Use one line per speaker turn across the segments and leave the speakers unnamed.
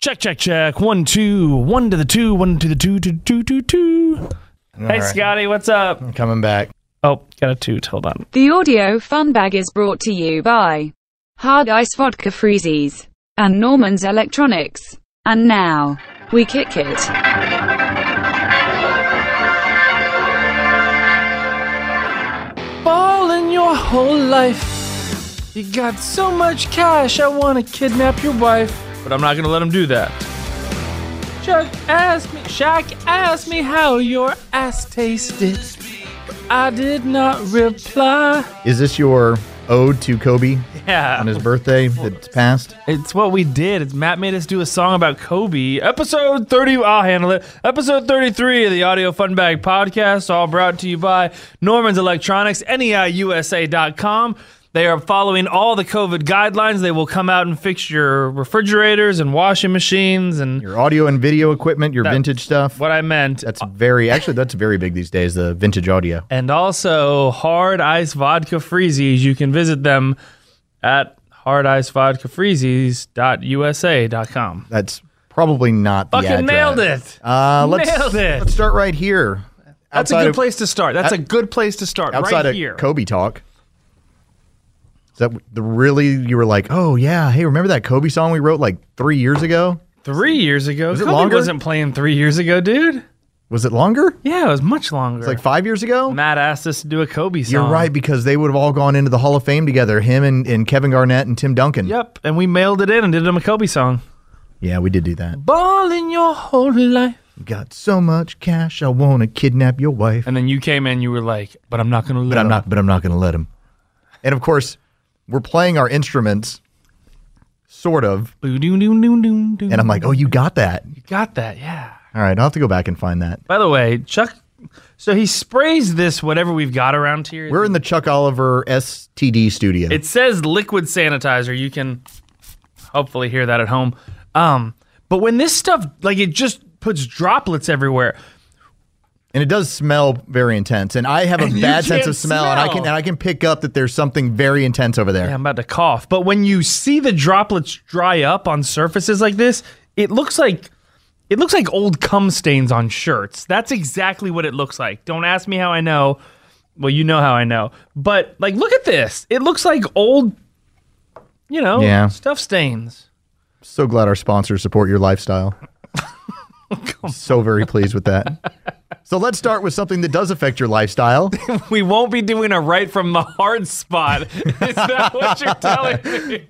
Check, check, check. One, two, one to the two, one to the two, two, two, two, two.
All
Hey,
right,
Scotty, what's up?
I'm coming back.
Oh, got a toot. Hold on.
The audio fun bag is brought to you by Hard Ice Vodka Freezies and Norman's Electronics. And now, we kick it.
Balling your whole life. You got so much cash, I want to kidnap your wife. But I'm not going to let him do that. Chuck asked me, Shaq asked me how your ass tasted. I did not reply.
Is this your ode to Kobe
Yeah.
on his birthday that's passed?
It's what we did. It's Matt made us do a song about Kobe. Episode 30, I'll handle it. Episode 33 of the Audio Fun Bag Podcast, all brought to you by Norman's Electronics, E NEIUSA.com. They are following all the COVID guidelines. They will come out and fix your refrigerators and washing machines and
Your audio and video equipment, your vintage stuff.
what I meant.
That's very actually that's very big these days. The vintage audio.
And also Hard Ice Vodka Freezies. You can visit them at hardicevodkafreezies.usa.com.
That's probably not the
Fucking nailed
address.
it.
Uh, let's,
Nailed it.
Let's start right here.
That's a
Outside
good
of-
place to start. That's a good place to start.
outside
Right
of
here.
Kobe talk. Is that the really you were like, oh yeah, hey, remember that Kobe song we wrote like three years ago?
three years ago.
it
Kobe
longer?
wasn't playing three years ago, dude.
Was it longer?
Yeah, it was much longer.
Like five years ago?
Matt asked us to do a Kobe song.
You're right because they would have all gone into the Hall of Fame together. Him and, and Kevin Garnett and Tim Duncan.
Yep. And we mailed it in and did him a Kobe song.
Yeah, we did do that.
Ball in your whole life.
Got so much cash, I wanna kidnap your wife,
And then you came in, you were like, but I'm not going to let
but I'm
him.
not. But I'm not gonna let him. And of course, we're playing our instruments, sort of.
Boo-doo-doo-doo-doo-doo.
And I'm like, oh, you got that.
You got that. Yeah.
All right, I'll have to go back and find that.
By the way, Chuck, so he sprays this, whatever we've got around here.
We're in the Chuck Oliver STD studio.
It says liquid sanitizer. You can hopefully hear that at home. Um, but when this stuff, like, it just puts droplets everywhere.
and it does smell very intense. And I have a
you
bad sense
can't
of smell, and I can
smell.
and I can pick up that there's something very intense over there.
Yeah, I'm about to cough. But when you see the droplets dry up on surfaces like this, it looks like it looks like old cum stains on shirts. That's exactly what it looks like. Don't ask me how I know. Well, you know how I know. But like, look at this. It looks like old, you know,
Yeah.
stuff stains.
So glad our sponsors support your lifestyle. so very pleased with that. So let's start with something that does affect your lifestyle.
We won't be doing a right from the hard spot. Is that what you're telling me?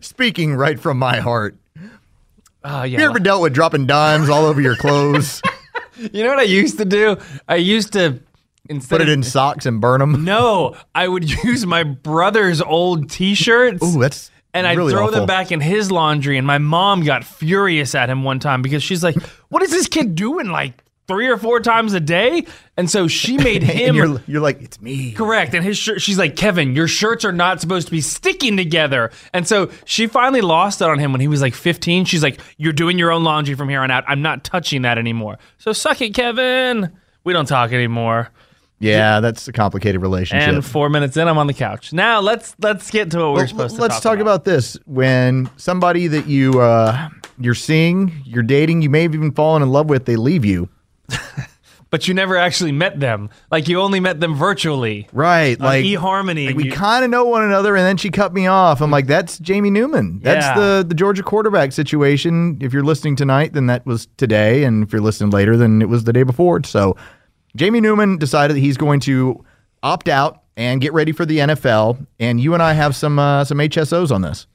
Speaking right from my heart.
Oh,
You
yeah.
ever dealt with dropping dimes all over your clothes?
You know what I used to do? I used to instead
Put it
of-
in socks and burn them.
No, I would use my brother's old T-shirts.
Ooh, that's
and I'd
really
throw them
awful.
back in his laundry, and my mom got furious at him one time because she's like, "What is this kid doing? Like three or four times a day?" And so she made
And
him
you're you're like, it's me.
Correct. And his shirt, she's like, Kevin, your shirts are not supposed to be sticking together. And so she finally lost it on him when he was like 15. She's like, You're doing your own laundry from here on out. I'm not touching that anymore. So suck it, Kevin. We don't talk anymore.
Yeah, that's a complicated
And
relationship.
four minutes in, I'm on the couch. Now let's let's get to what we're
Well,
supposed to
let's
talk,
talk about. this when somebody that you uh, you're seeing you're dating you may have even fallen in love with they leave you
But you never actually met them. Like you only met them virtually.
right like
eHarmony.
like we
you-
kind of know one another and then she cut me off i'm like that's jamie newman that's
Yeah.
the the georgia quarterback situation if you're listening tonight then that was today and if you're listening later then it was the day before so jamie newman decided that he's going to opt out and get ready for the nfl and you and i have some uh, some hsos on this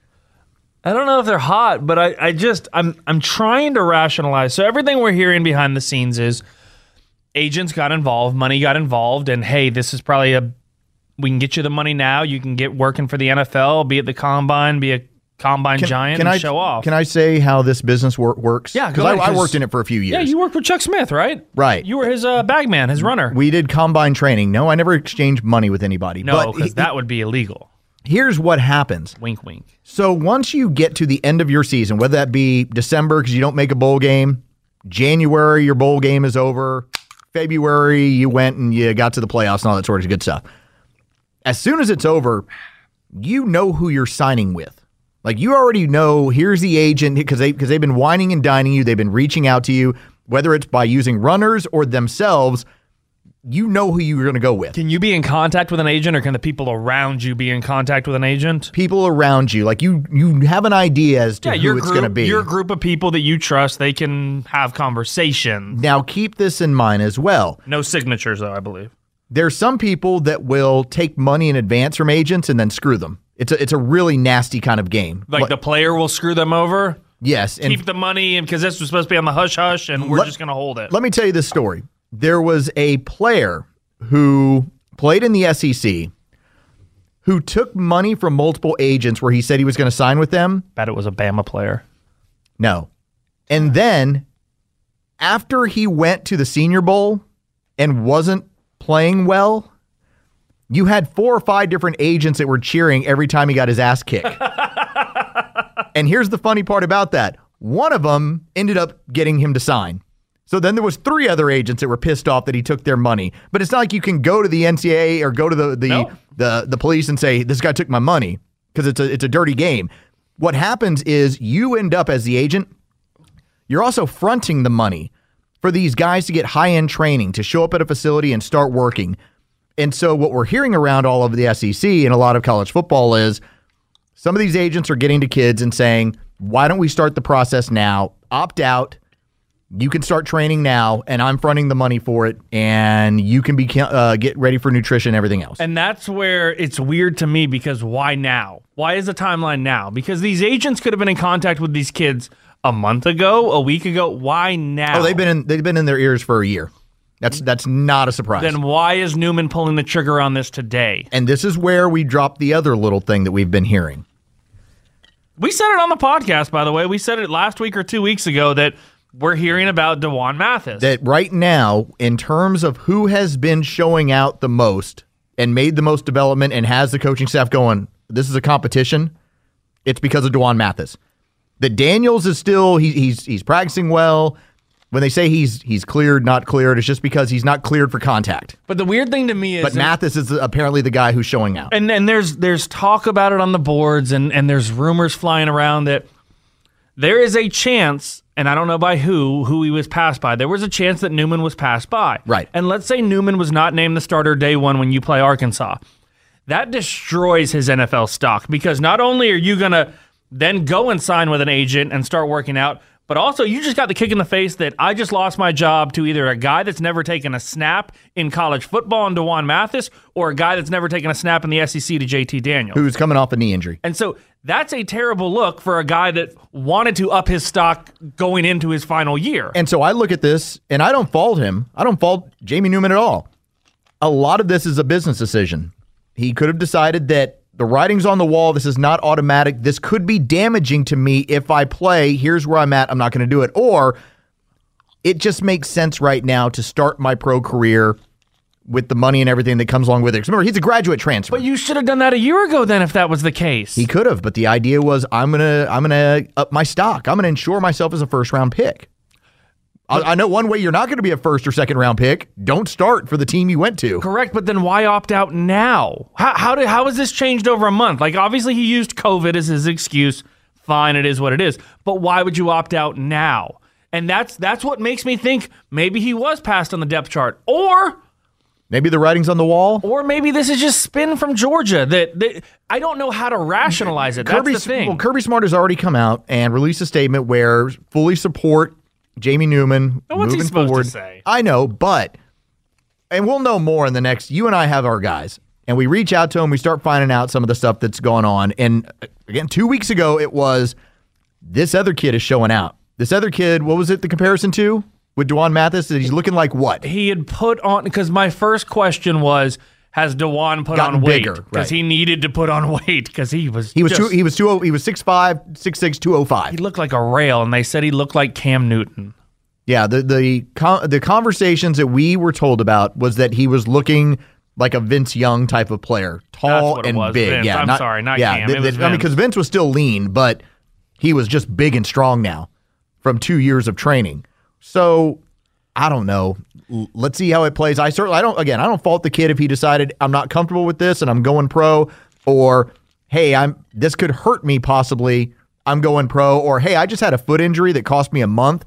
I don't know if they're hot, but I, I just I'm I'm trying to rationalize. So everything we're hearing behind the scenes is agents got involved, money got involved, and hey, this is probably a we can get you the money now. You can get working for the NFL, be at the combine, be a combine giant, and
I
show off.
Can I say how this business wor- works?
Yeah,
because
go
I,
ahead,
I
'cause-
worked in it for a few years.
yeah, you worked with Chuck Smith, right?
Right.
You were his uh, bag man, his runner.
we did combine training. No, I never exchanged money with anybody.
no,
but
because
he-
that would be illegal.
here's what happens.
Wink, wink.
So once you get to the end of your season, whether that be December because you don't make a bowl game, January your bowl game is over, February you went and you got to the playoffs and all that sort of good stuff. As soon as it's over, you know who you're signing with. Like you already know, here's the agent because they because they've been whining and dining you, they've been reaching out to you, whether it's by using runners or themselves. You know who you're going to go with.
Can you be in contact with an agent, or can the people around you be in contact with an agent?
People around you, like you, you have an idea as to
Yeah, your
who it's
group,
going to be.
your group of people that you trust, they can have conversations.
now keep this in mind as well.
No signatures, though, I believe.
There's some people that will take money in advance from agents and then screw them. It's a it's a really nasty kind of game.
Like
What-
the player will screw them over,
yes, and
keep the money, and because this was supposed to be on the hush hush, and we're
Let-
just gonna hold it.
Let me tell you this story. There was a player who played in the SEC who took money from multiple agents where he said he was going to sign with them.
Bet it was a Bama player.
No. And then after he went to the Senior Bowl and wasn't playing well, you had four or five different agents that were cheering every time he got his ass kicked. and here's the funny part about that. One of them ended up getting him to sign. So then there was three other agents that were pissed off that he took their money. But it's not like you can go to the NCAA or go to the the
No.
the, the police and say this guy took my money because it's a it's a dirty game. What happens is you end up as the agent you're also fronting the money for these guys to get high end training, to show up at a facility and start working. And so, what we're hearing around all of the SEC and a lot of college football is some of these agents are getting to kids and saying, why don't we start the process now? Opt out. You can start training now, and I'm fronting the money for it, and you can be uh, get ready for nutrition, and everything else.
And that's where it's weird to me because why now? Why is the timeline now? Because these agents could have been in contact with these kids a month ago, a week ago. Why now?
oh, they've been in, they've been in their ears for a year. That's that's not a surprise.
Then why is Newman pulling the trigger on this today?
and this is where we drop the other little thing that we've been hearing.
We said it on the podcast, by the way. We said it last week or two weeks ago that we're hearing about Dewan Mathis.
that right now, in terms of who has been showing out the most and made the most development and has the coaching staff going, this is a competition. It's because of Dewan Mathis. The Daniels is still he, he's he's practicing well. When they say he's he's cleared, not cleared, it's just because he's not cleared for contact.
but the weird thing to me is
But Mathis is apparently the guy who's showing out.
and and there's there's talk about it on the boards and and there's rumors flying around that there is a chance and I don't know by who who he was passed by. There was a chance that Newman was passed by.
Right.
And let's say Newman was not named the starter day 1 when you play Arkansas. That destroys his NFL stock because not only are you going to then go and sign with an agent and start working out, but also you just got the kick in the face that I just lost my job to either a guy that's never taken a snap in college football and Dewan Mathis or a guy that's never taken a snap in the SEC to JT Daniels.
Who's coming off a knee injury?
And so that's a terrible look for a guy that wanted to up his stock going into his final year.
And so I look at this and I don't fault him. I don't fault Jamie Newman at all. A lot of this is a business decision. He could have decided that the writing's on the wall. This is not automatic. This could be damaging to me if I play. Here's where I'm at. I'm not going to do it. Or it just makes sense right now to start my pro career with the money and everything that comes along with it. 'Cause remember, he's a graduate transfer.
you should have done that a year ago then if that was the case.
he could have, but the idea was I'm gonna I'm gonna up my stock. I'm gonna ensure myself as a first round pick. I, I know one way you're not gonna be a first or second round pick. Don't start for the team you went to.
Correct, but then why opt out now? How how did how has this changed over a month? Like obviously he used COVID as his excuse. Fine, it is what it is. But why would you opt out now? And that's that's what makes me think maybe he was passed on the depth chart, or
Maybe the writing's on the wall.
or maybe this is just spin from Georgia. That, that I don't know how to rationalize it. That's
Kirby,
the thing.
Well, Kirby Smart has already come out and released a statement where fully support Jamie Newman
what's he
moving
supposed to
forward.
say?
I know, but and we'll know more in the next. You and I have our guys, and we reach out to them. We start finding out some of the stuff that's going on. And uh, again, two weeks ago, it was this other kid is showing out. This other kid, what was it? The comparison to with Dewan Mathis that he's looking like what?
he had put on because my first question was has Dewan put
Gotten
on weight
bigger,
because
right.
he needed to put on weight because he was
He was
just-
two. He was two. oh- He was six five, six six, two oh five.
he looked like a rail and they said he looked like Cam Newton.
Yeah, the the con- the conversations that we were told about was that he was looking like a Vince Young type of player, tall
what it
and
was,
big.
Vince.
Yeah,
I'm sorry, not
yeah.
Cam.
th-
It was
th- I mean,
Vince.
because Vince was still lean, but he was just big and strong now from two years of training. So I don't know. L- Let's see how it plays. I certainly I don't. Again, I don't fault the kid if he decided I'm not comfortable with this and I'm going pro, or hey, I'm this could hurt me possibly. I'm going pro, or hey, I just had a foot injury that cost me a month.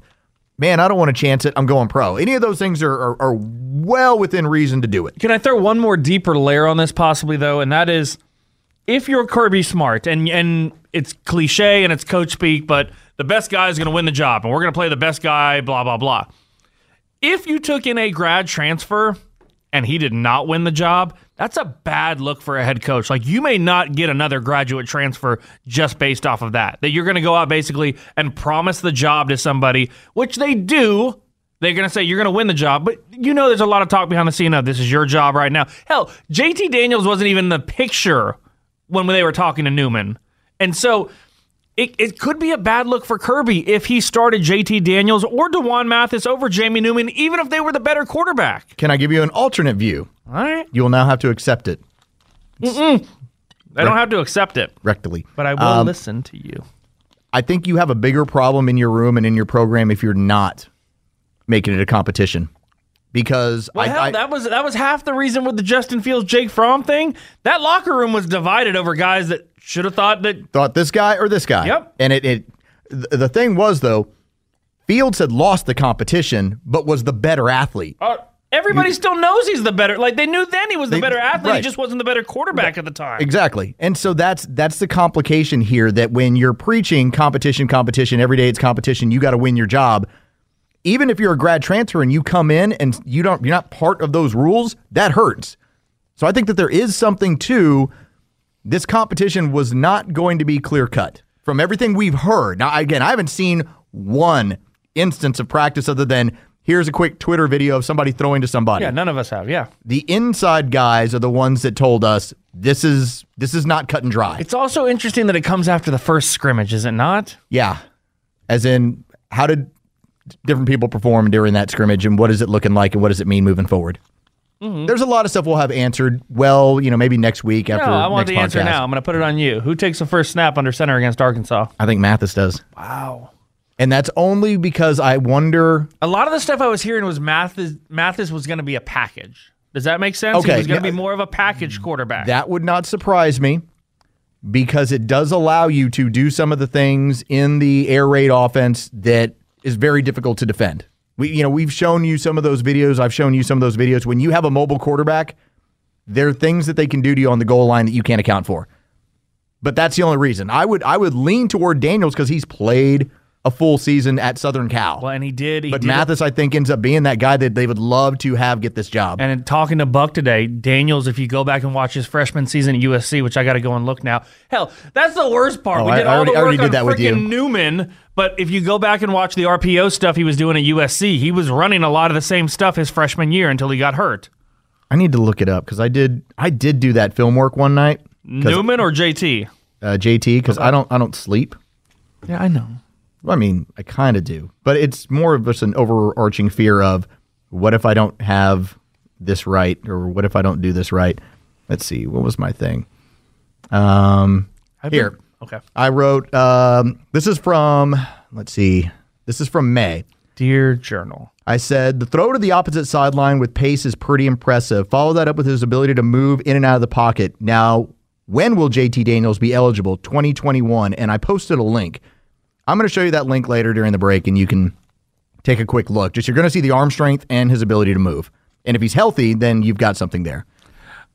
Man, I don't want to chance it. I'm going pro. Any of those things are, are, are well within reason to do it.
Can I throw one more deeper layer on this possibly though, and that is if you're Kirby Smart and and it's cliche and it's coach speak, but the best guy is going to win the job and we're going to play the best guy blah blah blah. If you took in a grad transfer and he did not win the job, that's a bad look for a head coach. Like you may not get another graduate transfer just based off of that. That you're going to go out basically and promise the job to somebody, which they do they're going to say you're going to win the job, but you know there's a lot of talk behind the scene of this is your job right now. Hell, JT Daniels wasn't even in the picture when they were talking to Newman. And so it, it could be a bad look for Kirby if he started JT Daniels or Dewan Mathis over Jamie Newman, even if they were the better quarterback.
Can I give you an alternate view?
All right.
You will now have to accept it
I don't have to accept it,
rectally.
but I will
Um,
listen to you.
I think you have a bigger problem in your room and in your program if you're not making it a competition. Because
Well,
I,
hell,
I-
that was that was half the reason with the Justin Fields Jake Fromm thing. That locker room was divided over guys that should have thought that
thought this guy or this guy.
Yep.
And it, it th- the thing was though, Fields had lost the competition, but was the better athlete.
Uh, everybody still knows he's the better. Like they knew then he was the
They-
better athlete. He
right.
just wasn't the better quarterback at the time.
Exactly. And so that's that's the complication here that when you're preaching competition, competition, every day it's competition, you got to win your job. Even if you're a grad transfer and you come in and you don't you're not part of those rules, that hurts. So I think that there is something to this competition was not going to be clear cut from everything we've heard. Now again, I haven't seen one instance of practice other than here's a quick Twitter video of somebody throwing to somebody
Yeah, none of us have. Yeah.
the inside guys are the ones that told us this is this is not cut and dry.
It's also interesting that it comes after the first scrimmage, is it not?
yeah. As in how did different people perform during that scrimmage and what is it looking like and what does it mean moving forward? There's a lot of stuff we'll have answered well, you know, maybe next week
No,
after
I want
next
the answer
podcast.
now. I'm going to put it on you. Who takes the first snap under center against Arkansas?
I think Mathis does.
Wow.
And that's only because I wonder
A lot of the stuff I was hearing was Mathis. Mathis was going to be a package. Does that make sense? He
Okay,
was going to
yeah.
be more of a package quarterback.
That would not surprise me because it does allow you to do some of the things in the air raid offense that is very difficult to defend. We you know, we've shown you some of those videos. I've shown you some of those videos when you have a mobile quarterback, there are things that they can do to you on the goal line that you can't account for. But that's the only reason. I would I would lean toward Daniels cuz he's played a full season at Southern Cal.
well, and he did. He
but
did
Mathis I think ends up being that guy that they would love to have get this job.
And in talking to Buck today, Daniels, if you go back and watch his freshman season at USC, which I got to go and look now. Hell, that's the worst part.
Oh,
we
I-
did
I
all
already- I
the work
already did
on
that with you.
frickin' Newman, but if you go back and watch the RPO stuff he was doing at USC, he was running a lot of the same stuff his freshman year until he got hurt.
I need to look it up because I did I did do that film work one night. 'cause,
Newman or JT?
uh, JT because I don't I don't sleep.
Yeah, I know.
I mean, I kind of do, but it's more of just an overarching fear of what if I don't have this right or what if I don't do this right. Let's see, what was my thing? Um, here
Okay.
I wrote. Um, this is from. Let's see. This is from May.
Dear Journal.
I said the throw to the opposite sideline with pace is pretty impressive. Follow that up with his ability to move in and out of the pocket. Now, when will JT Daniels be eligible? 2021. And I posted a link. I'm going to show you that link later during the break and you can take a quick look. Just you're going to see the arm strength and his ability to move. And if he's healthy, then you've got something there.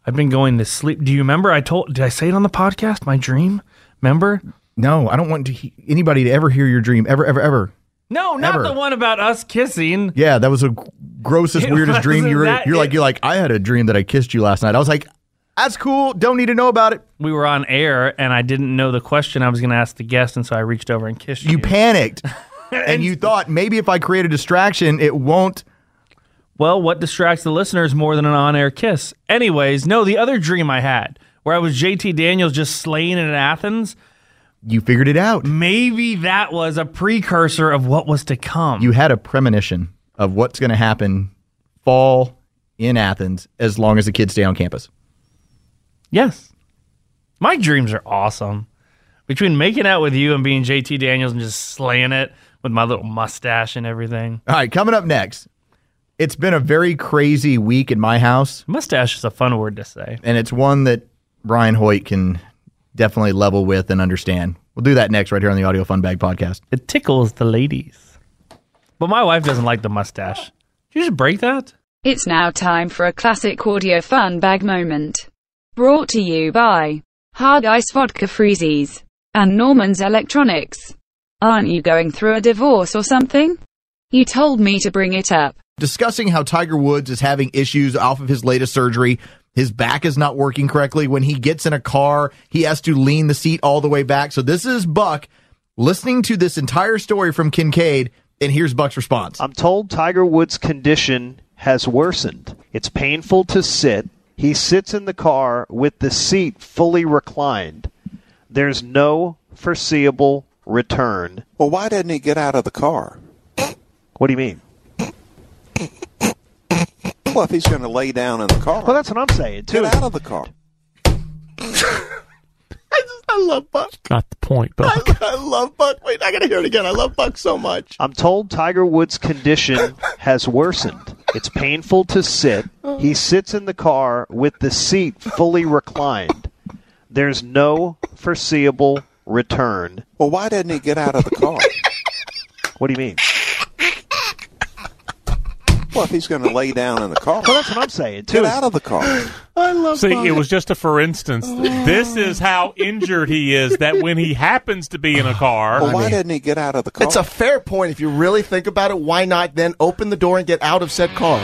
I've been going to sleep. Do you remember I told did I say it on the podcast? My dream? Remember?
No, I don't want to he- anybody to ever hear your dream ever ever ever.
No, not
Ever.
the one about us kissing.
Yeah, that was the grossest,
It
weirdest dream.
wasn't
You were,
that-
you're like
it-
you're like I had a dream that I kissed you last night. I was like, that's cool. Don't need to know about it.
we were on air and I didn't know the question I was going to ask the guest, and so I reached over and kissed you.
you panicked and you thought maybe if I create a distraction, it won't.
well, what distracts the listeners more than an on-air kiss? Anyways, no, the other dream I had where I was JT Daniels just slaying in Athens,
You figured it out.
maybe that was a precursor of what was to come.
You had a premonition of what's going to happen fall in Athens as long as the kids stay on campus.
yes, my dreams are awesome. Between making out with you and being JT Daniels and just slaying it with my little mustache and everything,
All right, coming up next. It's been a very crazy week in my house,
mustache is a fun word to say.
and it's one that Brian Hoyt can definitely level with and understand. We'll do that next right here on the Audio Fun Bag Podcast.
It tickles the ladies. But my wife doesn't like the mustache. Did you just break that?
It's now time for a classic audio fun bag moment. Brought to you by Hard Ice Vodka Freezies and Norman's Electronics. Aren't you going through a divorce or something? You told me to bring it up.
discussing how Tiger Woods is having issues off of his latest surgery. His back is not working correctly. When he gets in a car, he has to lean the seat all the way back. So this is Buck listening to this entire story from Kincaid, and here's Buck's response.
I'm told Tiger Woods' condition has worsened. It's painful to sit. He sits in the car with the seat fully reclined. There's no foreseeable return.
Well, why didn't he get out of the car?
What do you mean?
Well, if he's going to lay down in the car,
Well, that's what I'm saying,
get
too.
out of the car.
I, just, I love Buck.
Got the point, though.
I love Buck. Wait, I gotta hear it again. I love Buck so much.
I'm told Tiger Woods' condition has worsened. It's painful to sit. He sits in the car with the seat fully reclined. There's no foreseeable return.
Well, why didn't he get out of the car?
What do you mean?
well, if he's going to lay down in the car,
Well, that's what I'm saying, too.
get out of the car.
See, it was just a for instance. This is how injured he is that when he happens to be in a
Well,
car,
why didn't he get out of the car?
It's a fair point if you really think about it. Why not then open the door and get out of said car?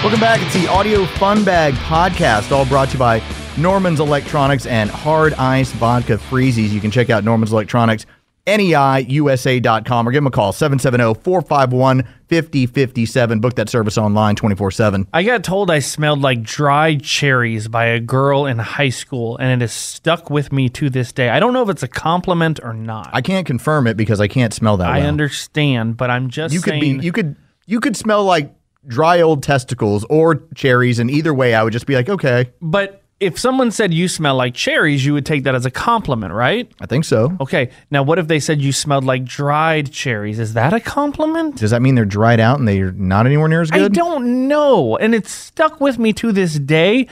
Welcome back. It's the Audio Fun Bag Podcast, all brought to you by Norman's Electronics and Hard Ice Vodka Freezies. You can check out Norman's Electronics, E neiusa.com, or give them a call, 770 451 5057. Book that service online 24 7.
I got told I smelled like dry cherries by a girl in high school, and it has stuck with me to this day. I don't know if it's a compliment or not.
I can't confirm it because I can't smell that
I
Oh, well.
understand, but I'm just
You could
saying.
be, you could, you could smell like dry old testicles or cherries, and either way, I would just be like, okay,
but if someone said you smell like cherries, you would take that as a compliment, right?
I think so.
Okay. Now, what if they said you smelled like dried cherries? Is that a compliment?
Does that mean they're dried out and they're not anywhere near as good?
I don't know, and it's stuck with me to this day.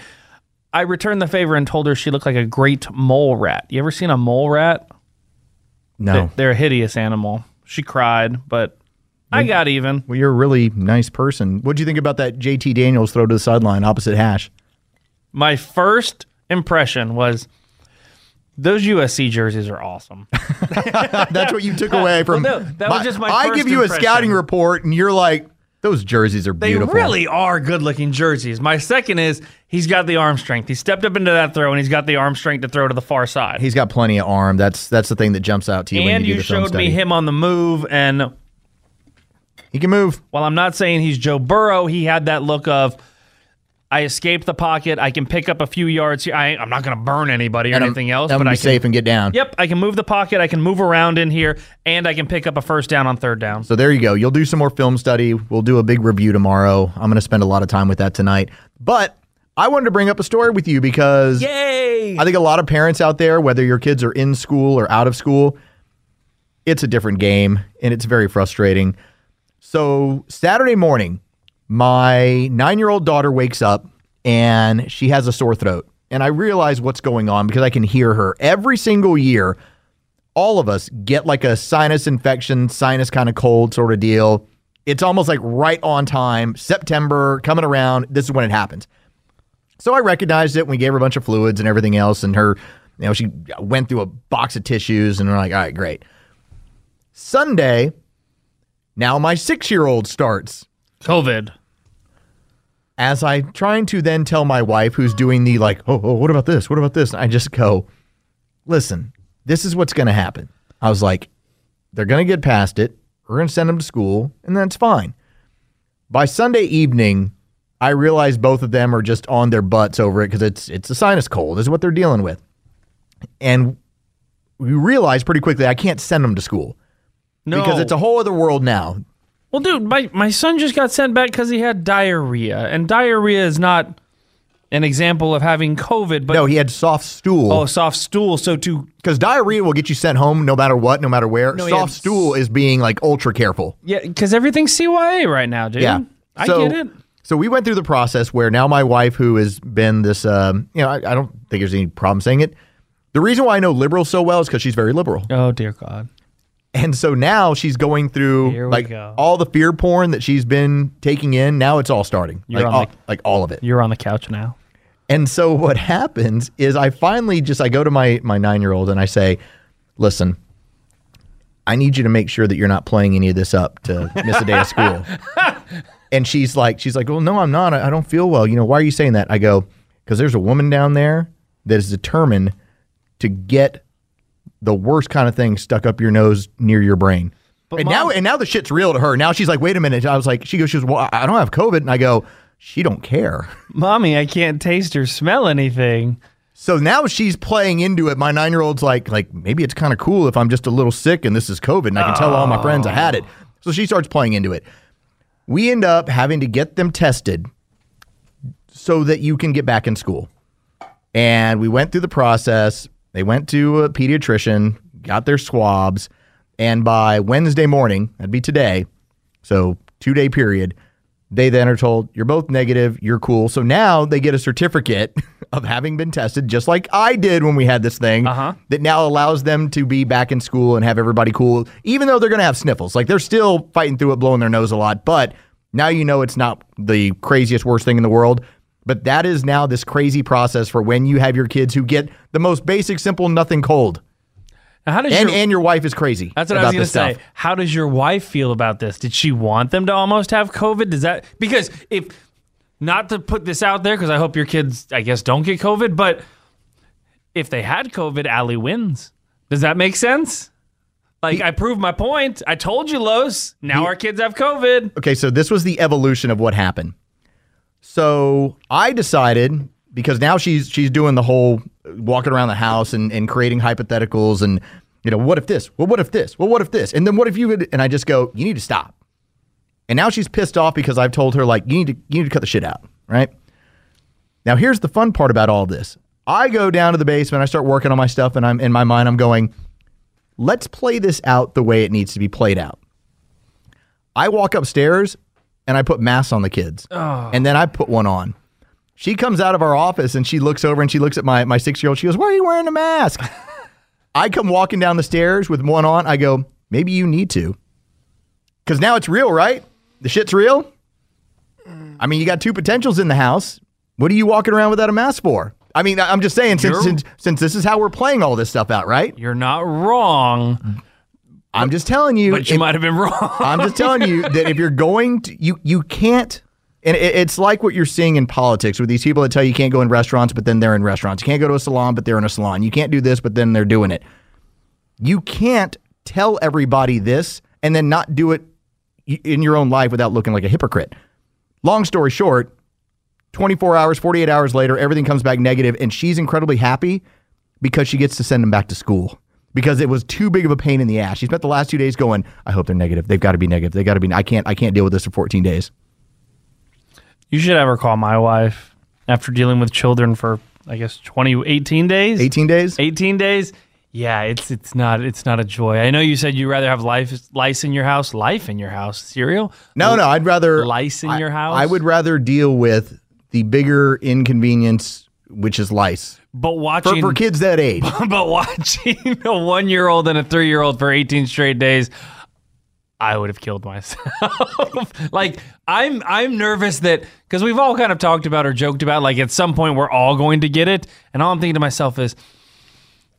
I returned the favor and told her she looked like a great mole rat. You ever seen a mole rat?
No.
They- They're a hideous animal. She cried, but I got even.
Well, you're a really nice person. What'd you think about that JT Daniels throw to the sideline opposite hash?
My first impression was those USC jerseys are awesome.
That's what you took away from.
Well, no, that was just my
I
first
give you
impression.
a scouting report, and you're like, those jerseys are
They
beautiful.
really are good looking jerseys. My second is he's got the arm strength. He stepped up into that throw and he's got the arm strength to throw to the far side.
He's got plenty of arm. That's that's the thing that jumps out to you. when
and
you, do
you
the film
showed me
study.
him on the move. And
He can move.
while I'm not saying he's Joe Burrow, he had that look of I escaped the pocket. I can pick up a few yards here. I, I'm not going to burn anybody or
And I'm-
anything else,
I'm
but
gonna
I
be
can
safe and get down.
Yep, I can move the pocket. I can move around in here, and I can pick up a first down on third down.
So there you go. You'll do some more film study. We'll do a big review tomorrow. I'm going to spend a lot of time with that tonight. But I wanted to bring up a story with you because
Yay!
I think a lot of parents out there, whether your kids are in school or out of school, it's a different game and it's very frustrating. So, Saturday morning, my nine year old daughter wakes up and she has a sore throat. And I realize what's going on because I can hear her every single year. All of us get like a sinus infection, sinus kind of cold sort of deal. It's almost like right on time, September coming around. This is when it happens. So I recognized it. and We gave her a bunch of fluids and everything else, and her, you know, she went through a box of tissues, and we're like, all right, great. Sunday, now my six year old starts.
COVID.
As I'm trying to then tell my wife, who's doing the like, oh, oh what about this? What about this? I just go, listen, this is what's going to happen. I was like, they're going to get past it. We're going to send them to school, and that's fine. By Sunday evening, I realize both of them are just on their butts over it because it's it's a sinus cold is what they're dealing with, and we realize pretty quickly I can't send them to school
No,
because it's a whole other world now.
well, dude. My my son just got sent back because he had diarrhea, and diarrhea is not an example of having COVID, but
No, he had soft stool.
oh, soft stool. So to
Because diarrhea will get you sent home no matter what, no matter where.
No, yeah,
Soft
it's-
stool is being like ultra careful.
yeah, because everything's CYA right now, dude.
Yeah.
I
So-
get it.
So we went through the process where now my wife, who has been this, um, you know, I, I don't think there's any problem saying it. The reason why I know liberal so well is because she's very liberal.
Oh dear God.
And so now she's going through
Here we
like
go.
all the fear porn that she's been taking in. Now it's all starting,
You're
like
on
all,
the-
like all of it.
You're on the couch now.
And so what happens is I finally just I go to my my 9-year-old and I say, "Listen, I need you to make sure that you're not playing any of this up to miss a day of school." and she's like she's like, "Well, no, I'm not. I, I don't feel well. You know, why are you saying that?" I go, "Cuz there's a woman down there that is determined to get the worst kind of thing stuck up your nose near your brain." and now
Mom-
and now the shit's real to her. Now she's like, "Wait a minute." I was like, she goes, she goes, "Well, I I don't have COVID." And I go, "She don't care."
Mommy, I can't taste or smell anything.
So now she's playing into it. My nine year old's like, like maybe it's kind of cool if I'm just a little sick and this is COVID and I can tell all my friends I had it. So she starts playing into it. We end up having to get them tested so that you can get back in school. And we went through the process. They went to a pediatrician, got their swabs, and by Wednesday morning, that'd be today, so two day period, they then are told, you're both negative, you're cool. So now they get a certificate of having been tested, just like I did when we had this thing,
Uh-huh.
that now allows them to be back in school and have everybody cool, even though they're going to have sniffles. Like they're still fighting through it, blowing their nose a lot, but now you know it's not the craziest, worst thing in the world. But that is now this crazy process for when you have your kids who get the most basic, simple, nothing cold.
Now, how does
And,
your,
and your wife is crazy.
that's what I
about
was gonna
this
say.
stuff.
How does your wife feel about this? Did she want them to almost have COVID? Does that because if not to put this out there because I hope your kids I guess don't get COVID, but if they had COVID, Allie wins. Does that make sense? Like I proved my point. I told you, Los. Now our kids have COVID.
okay, so this was the evolution of what happened. So I decided because now she's she's doing the whole uh, walking around the house and, and creating hypotheticals and you know what if this? Well, what if this? Well, what if this? And then what if you? would- And I just go, you need to stop. And now she's pissed off because I've told her like you need to you need to cut the shit out, right? Now here's the fun part about all this. I go down to the basement, I start working on my stuff, and I'm in my mind I'm going, let's play this out the way it needs to be played out. I walk upstairs and I put masks on the kids.
Oh.
And then I put one on. She comes out of our office and she looks over and she looks at my, my six year old. She goes, Why are you wearing a mask? I come walking down the stairs with one on. I go, Maybe you need to. Because now it's real, right? The shit's real. I mean, you got two potentials in the house. What are you walking around without a mask for? I mean, I- I'm just saying, since,
You're-
since, since this is how we're playing all this stuff out, right?
You're not wrong,
I'm just telling you.
but you
it-
might have been wrong.
I'm just telling you that if you're going to, you you can't. And it, it's like what you're seeing in politics with these people that tell you you can't go in restaurants, but then they're in restaurants. You can't go to a salon, but they're in a salon. You can't do this, but then they're doing it. You can't tell everybody this and then not do it y- in your own life without looking like a hypocrite. Long story short, 24 hours, 48 hours later, everything comes back negative, and she's incredibly happy because she gets to send them back to school because it was too big of a pain in the ass. She spent the last two days going, I hope they're negative. They've got to be negative. They got to be. I can't. I can't deal with this for 14 days.
You should ever call my wife after dealing with children for I guess 20 18 days.
18 days.
18 days? Yeah, it's it's not it's not a joy. I know you said you'd rather have life lice in your house, life in your house, cereal.
No, no. I'd rather
Lice in
I-
your house?
I would rather deal with the bigger inconvenience, which is lice
But
for,
watching
for kids that age.
but watching a 1-year-old and a 3-year-old for 18 straight days, I would have killed myself. like I'm I'm nervous that cuz we've all kind of talked about or joked about like at some point we're all going to get it and all I'm thinking to myself is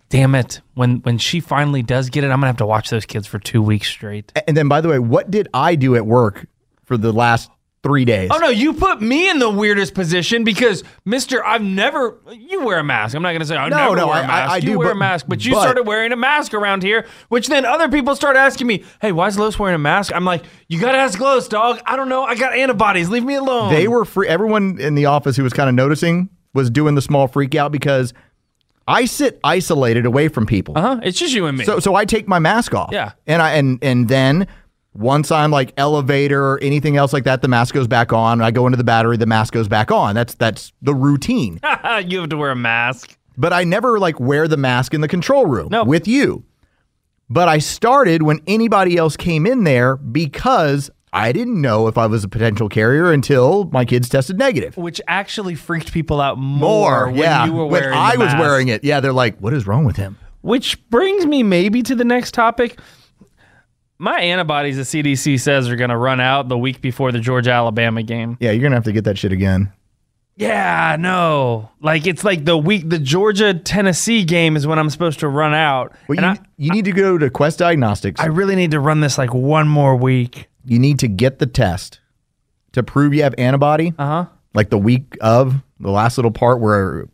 damn it when when she finally does get it I'm going to have to watch those kids for 2 weeks straight.
And then, by the way, what did I do at work for the last three days?
Oh no, you put me in the weirdest position because Mister, I've never. You wear a mask. I'm not gonna say I
No,
never
no,
wear
I-
a mask.
I- I
you
do,
wear a
but-
mask, but you
but-
started wearing a mask around here, which then other people start asking me, "Hey, why is Los wearing a mask?" I'm like, "You gotta ask Los, dog. I don't know. I got antibodies. Leave me alone."
They were free. Everyone in the office who was kind of noticing was doing the small freak out because I sit isolated away from people.
huh? Uh-huh, It's just you and me.
So so I take my mask off.
Yeah.
And I and and then once I'm like elevator or anything else like that, the mask goes back on. I go into the battery, the mask goes back on. That's that's the routine.
you have to wear a mask.
but I never like wear the mask in the control room
No.
with you. But I started when anybody else came in there because I didn't know if I was a potential carrier until my kids tested negative.
which actually freaked people out more,
More,
when
yeah.
you were
when
wearing
I
the
was
mask.
wearing it, yeah, they're like, "What is wrong with him?"
Which brings me maybe to the next topic. My antibodies, the CDC says, are going to run out the week before the Georgia Alabama game.
Yeah, you're gonna have to get that shit again.
Yeah, no. Like it's like the week the Georgia Tennessee game is when I'm supposed to run out.
Well,
and
you, you need to go to Quest Diagnostics.
I, I really need to run this like one more week.
you need to get the test to prove you have antibody,
Uh huh.
like the week of the last little part where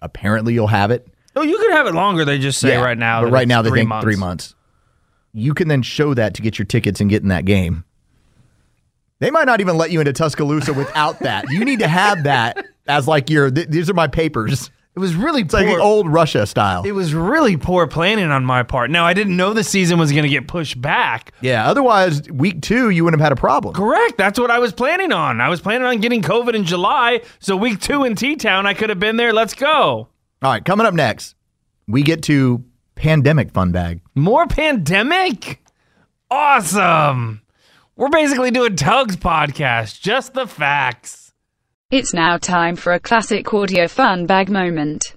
apparently you'll have it.
Oh, you could have it longer. They just say
Yeah,
right now.
but
that
right
it's
now they
three
think
months.
three months. You can then show that to get your tickets and get in that game. They might not even let you into Tuscaloosa without that. You need to have that as like your. Th- these are my papers.
It was really
It's like
poor.
old Russia style.
It was really poor planning on my part. Now I didn't know the season was going to get pushed back.
yeah. Otherwise, week two you wouldn't have had a problem.
Correct. That's what I was planning on. I was planning on getting COVID in July, so week two in T Town, I could have been there. Let's go.
All right, coming up next, we get to pandemic fun bag.
More pandemic? Awesome. We're basically doing Tug's podcast, just the facts.
It's now time for a classic audio fun bag moment.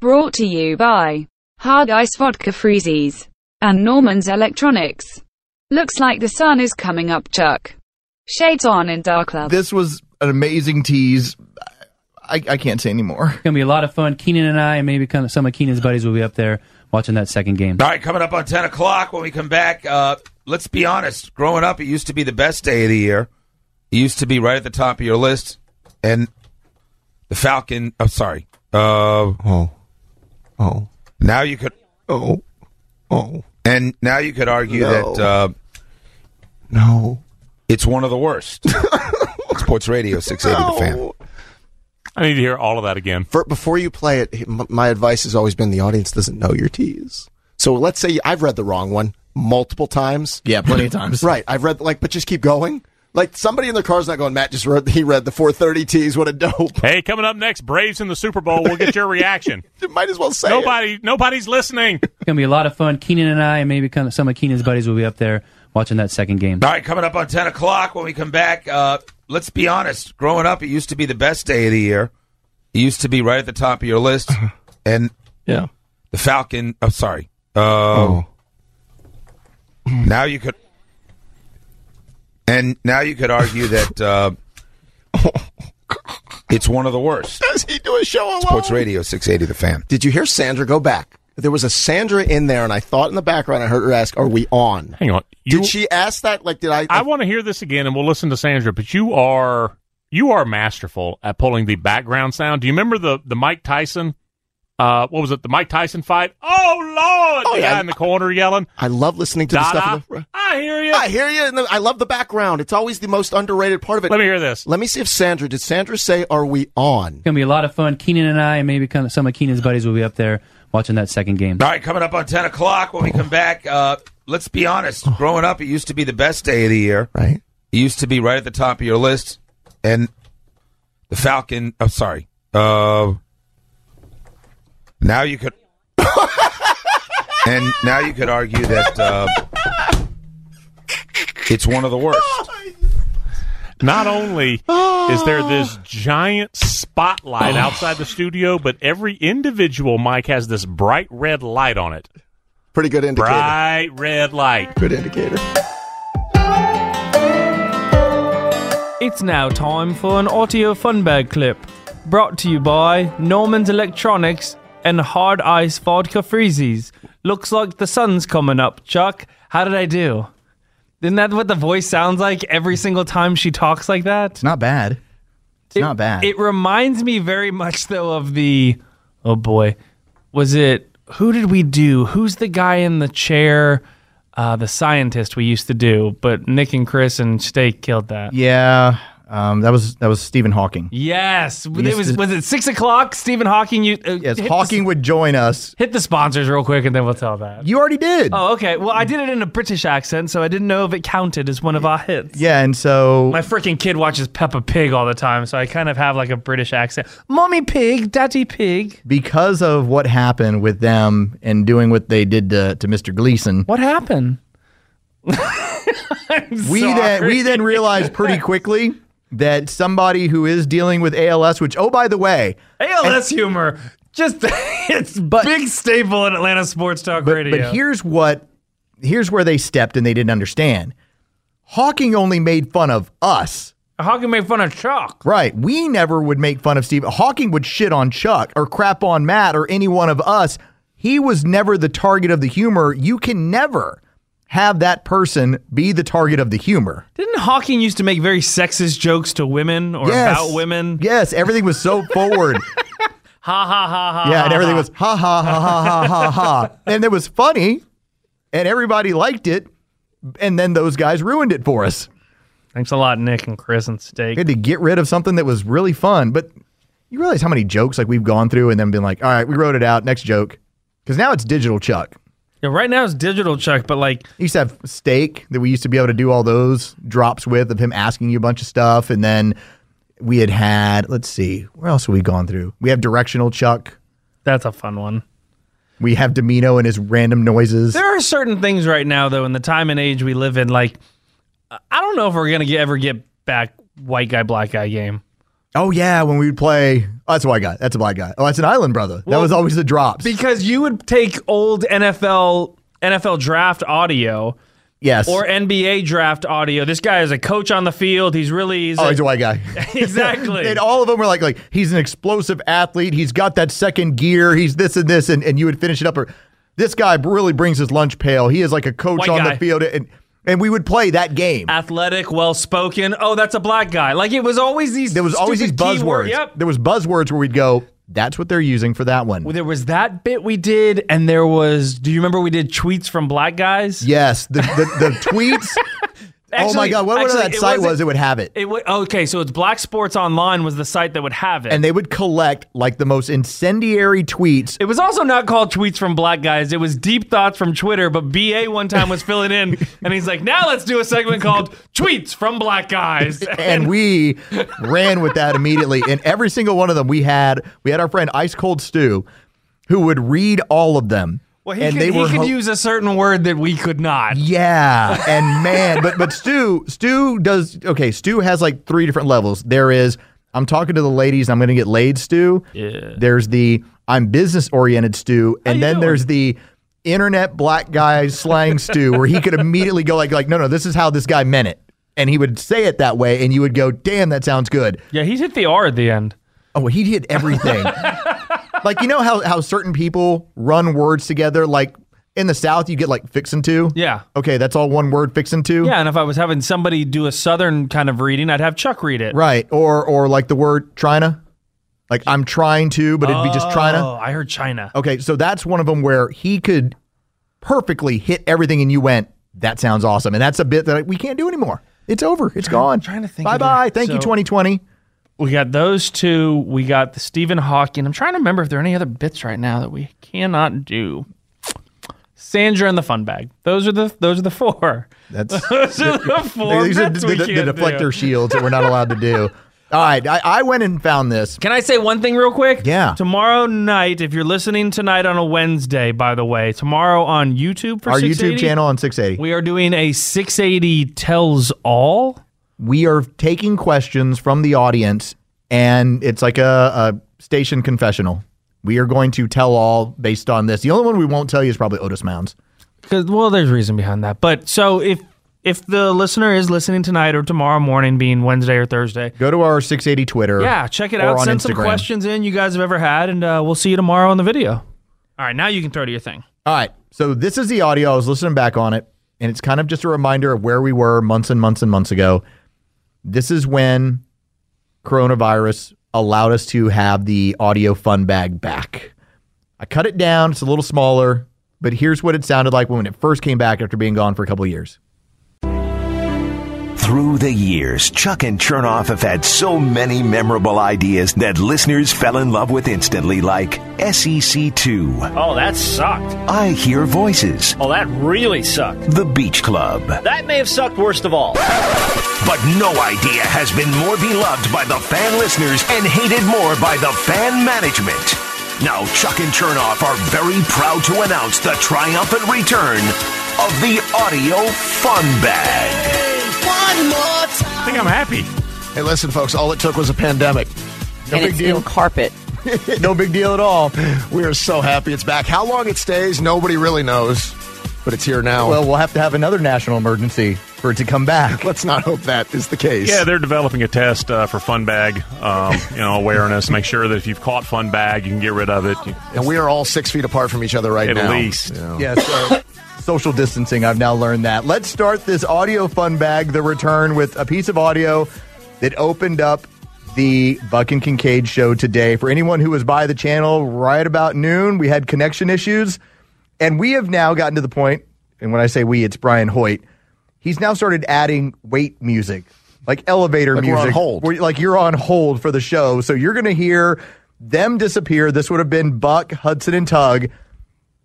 Brought to you by Hard Ice Vodka Freezies and Norman's Electronics. Looks like the sun is coming up, Chuck. Shades on in Dark Club.
This was an amazing tease. I, I can't say anymore.
It's going to be a lot of fun. Keenan and I, and maybe kind of some of Keenan's buddies, will be up there watching that second game.
All right, coming up on 10 o'clock when we come back. Uh, let's be honest. Growing up, it used to be the best day of the year. It used to be right at the top of your list. And the Falcon, I'm sorry. Uh,
Oh, oh,
now you could,
oh, oh,
and now you could argue
No.
that uh,
no.
it's one of the worst. Sports Radio 680 The Fan.
I need to hear all of that again.
For, before you play it, m- my advice has always been the audience doesn't know your teas. So let's say I've read the wrong one multiple times.
Yeah, plenty of times.
Right. I've read like, but just keep going. Like somebody in their car's not going. Matt just read. He read the 430 teas. What a dope!
Hey, coming up next, Braves in the Super Bowl. We'll get your reaction.
Might as well say it.
Nobody, nobody's listening.
It's going to be a lot of fun. Keenan and I, and maybe kind of some of Keenan's buddies, will be up there watching that second game.
All right, coming up on 10 o'clock when we come back. Uh, let's be honest. Growing up, it used to be the best day of the year. It used to be right at the top of your list. And
Yeah.
the Falcon, I'm sorry. Uh,
Oh,
Now you could, and now you could argue that uh, it's one of the worst.
Does he do a show alone?
Sports Radio 680 The Fan.
Did you hear Sandra go back? There was a Sandra in there, and I thought in the background I heard her ask, "Are we on?"
Hang on. You,
Did she ask that? Like, did I?
I want to hear this again, and we'll listen to Sandra. But you are you are masterful at pulling the background sound. Do you remember the the Mike Tyson? Uh, what was it? The Mike Tyson fight? Oh Lord!
Oh,
the
yeah.
guy in the corner yelling.
I love listening to the
Dada,
stuff. in the-
I hear you.
I hear you, and the- I love the background. It's always the most underrated part of it.
Let me hear this.
Let me see if Sandra did. Sandra say, "Are we on?"
It's going to be a lot of fun. Keenan and I, and maybe kind of some of Keenan's buddies, will be up there watching that second game.
All right, coming up on 10 o'clock when we come back. Uh, let's be honest. Growing up, it used to be the best day of the year.
Right.
It used to be right at the top of your list. And the Falcon, I'm sorry. Uh, now you could, and now you could argue that uh, it's one of the worst.
Not only is there this giant spotlight outside the studio, but every individual mic has this bright red light on it.
Pretty good indicator.
Bright red light.
Good indicator.
It's now time for an audio fun bag clip brought to you by Norman's Electronics and Hard Ice Vodka Freezies. Looks like the sun's coming up, Chuck. How did I do? Isn't that what the voice sounds like every single time she talks like that?
It's not bad. It's not bad.
It reminds me very much though of the oh boy, was it who did we do? Who's the guy in the chair? Uh, the scientist we used to do, but Nick and Chris and Steak killed that.
yeah, um, that was that was Stephen Hawking.
Yes, it
used
was.
to-
Was it six o'clock? Stephen Hawking. You uh,
Yes,
hit
Hawking would join us.
The, hit the sponsors real quick, and then we'll tell that.
You already did.
Oh, okay. Well, I did it in a British accent, so I didn't know if it counted as one of our hits.
Yeah, and so
My freaking kid watches Peppa Pig all the time, so I kind of have like a British accent. Mommy Pig, Daddy Pig.
because of what happened with them and doing what they did to, to Mr. Gleason,
What happened?
we then we then realized pretty quickly that somebody who is dealing with ALS, which oh by the way,
ALS humor. Just it's big staple in Atlanta sports talk
but,
radio.
but here's what here's where they stepped and they didn't understand. Hawking only made fun of us.
Hawking made fun of Chuck.
Right. We never would make fun of Steve. Hawking would shit on Chuck or crap on Matt or any one of us. He was never the target of the humor. You can never have that person be the target of the humor.
Didn't Hawking used to make very sexist jokes to women or
Yes.
about women?
Yes, everything was so forward.
Ha ha ha ha.
yeah, and everything was ha ha ha ha ha ha ha. And it was funny and everybody liked it. And then those guys ruined it for us.
Thanks a lot, Nick and Chris and Steak.
We had to get rid of something that was really fun. But you realize how many jokes like we've gone through and then been like, all right, we wrote it out. Next joke. Because now it's digital Chuck.
Yeah, right now it's digital Chuck, but like
You used to have steak that we used to be able to do all those drops with of him asking you a bunch of stuff, and then we had had let's see where else have we gone through? We have directional Chuck.
that's a fun one.
We have Domino and his random noises.
There are certain things right now, though, in the time and age we live in, like I don't know if we're gonna get, ever get back white guy black guy game.
oh yeah, when we would play. Oh, that's a white guy. That's a black guy. Oh, that's an island brother. that was always the drops.
because you would take old NFL NFL draft audio
yes.
or NBA draft audio. This guy is a coach on the field. He's really he's
oh,
a-
he's a white guy.
exactly.
and all of them were like, like he's an explosive athlete. He's got that second gear. He's this and this, and, and you would finish it up. Or this guy really brings his lunch pail. He is like a coach
White
on
guy.
the field, and and we would play that game.
Athletic, well spoken. Oh, that's a black guy. Like it was always these.
There was always these buzzwords.
stupid keyword- Yep.
There was buzzwords where we'd go, that's what they're using for that one.
Well, there was that bit we did, and there was. Do you remember we did tweets from black guys?
yes, the the, the tweets. oh my
Actually-
god, whatever
actually,
that
it
site
wasn't-
was, it would have it.
It wa okay, so it's Black Sports Online was the site that would have it.
and they would collect like the most incendiary tweets.
it was also not called tweets from black guys. It was deep thoughts from Twitter. But BA one time was filling in, and he's like, "Now let's do a segment called tweets from black guys."
And we ran with that immediately. And every single one of them we had we had our friend Ice Cold Stew who would read all of them.
Well, he
and
could,
they
he
were
could
ho-
use a certain word that we could not.
Yeah, and man, but but Stu Stu does okay. Stu has like three different levels. There is I'm talking to the ladies. I'm going to get laid, Stu. Yeah. There's the I'm business oriented, Stu, and
you
then
doing?
there's the internet black guy slang Stu, where he could immediately go like like no no this is how this guy meant it, and he would say it that way, and you would go damn that sounds good.
Yeah, he hit the R at the end.
Oh, he did everything. like you know how how certain people run words together like. In the South, you get like fixin' to.
Yeah.
Okay, that's all one word, fixin' to.
Yeah, and if I was having somebody do a southern kind of reading, I'd have Chuck read it.
Right. Or or like the word China. Like I'm trying to, but it'd be just
Oh,
China.
I heard China.
Okay, so that's one of them where he could perfectly hit everything and you went, that sounds awesome. And that's a bit that we can't do anymore. It's over. It's gone.
trying to think
Bye
of
bye.
that.
Thank you,
So-
2020.
We got those two. We got the Stephen Hawking. I'm trying to remember if there are any other bits right now that we cannot do. Sandra and the fun bag. Those are the those are the four.
That's
Those are the four.
these are
bits
the,
we
the- the
can't
deflector
do.
shields that we're not allowed to do. All right. I, I went and found this.
Can I say one thing real quick?
Yeah.
Tomorrow night, if you're listening tonight on a Wednesday, by the way, tomorrow on YouTube for
Our YouTube
680,
channel on 680.
we are doing a 680 tells all.
we are taking questions from the audience and it's like a, a station confessional we are going to tell all based on this the only one we won't tell you is probably otis mounds
Because well, there's reason behind that. But so if if the listener is listening tonight or tomorrow morning, being Wednesday or Thursday,
go to our 680 twitter
yeah, check it
or
out.
on
Send some
Instagram.
questions in you guys have ever had, and uh, we'll see you tomorrow on the video. All right, now you can throw to your thing.
all right so this is the audio i was listening back on it and it's kind of just a reminder of where we were months and months and months ago this is when coronavirus allowed us to have the audio fun bag back I cut it down. It's a little smaller, but here's what it sounded like when it first came back after being gone for a couple years.
Through the years, Chuck and Chernoff have had so many memorable ideas that listeners fell in love with instantly, like SEC2,
Oh, that sucked.
I Hear Voices,
Oh, that really sucked.
The Beach Club.
That may have sucked worst of all.
But no idea has been more beloved by the fan listeners and hated more by the fan management. Now, Chuck and Chernoff are very proud to announce the triumphant return of the Audio Fun Bag.
One more time.
I think I'm happy. Hey, listen, folks, all it took was a pandemic. No
And
big
it's
deal.
new carpet.
no big deal at all. We are so happy it's back. How long it stays, nobody really knows, but it's here now.
Well, we'll have to have another national emergency for it to come back.
Let's not hope that is the case.
Yeah, they're developing a test uh, for fun bag, um, you know, awareness. Make sure that if you've caught fun bag, you can get rid of it.
And we are all six feet apart from each other right
At
now.
least.
Yeah, so social distancing, I've now learned that. Let's start this audio fun bag, the return, with a piece of audio that opened up the Buck and Kincaid show today. For anyone who was by the channel right about noon, we had connection issues. And we have now gotten to the point, and when I say we, it's Brian Hoyt. He's now started adding wait music, like elevator
Like we're
music.
on hold.
where- like you're on hold for the show. So you're going to hear them disappear. This would have been Buck, Hudson, and Tug